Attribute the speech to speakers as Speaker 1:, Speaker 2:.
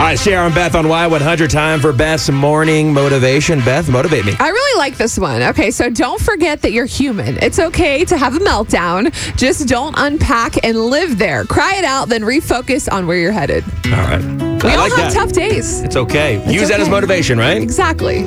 Speaker 1: right, Sharon Beth on Y100. Time for Beth's morning motivation. Beth, motivate me.
Speaker 2: I really like this one. Okay, so don't forget that you're human. It's okay to have a meltdown. Just don't unpack and live there. Cry it out, then refocus on where you're headed.
Speaker 1: All right.
Speaker 2: We
Speaker 1: I
Speaker 2: all
Speaker 1: like that.
Speaker 2: have tough days.
Speaker 1: It's okay. Use that as
Speaker 2: okay.
Speaker 1: motivation, right?
Speaker 2: Exactly.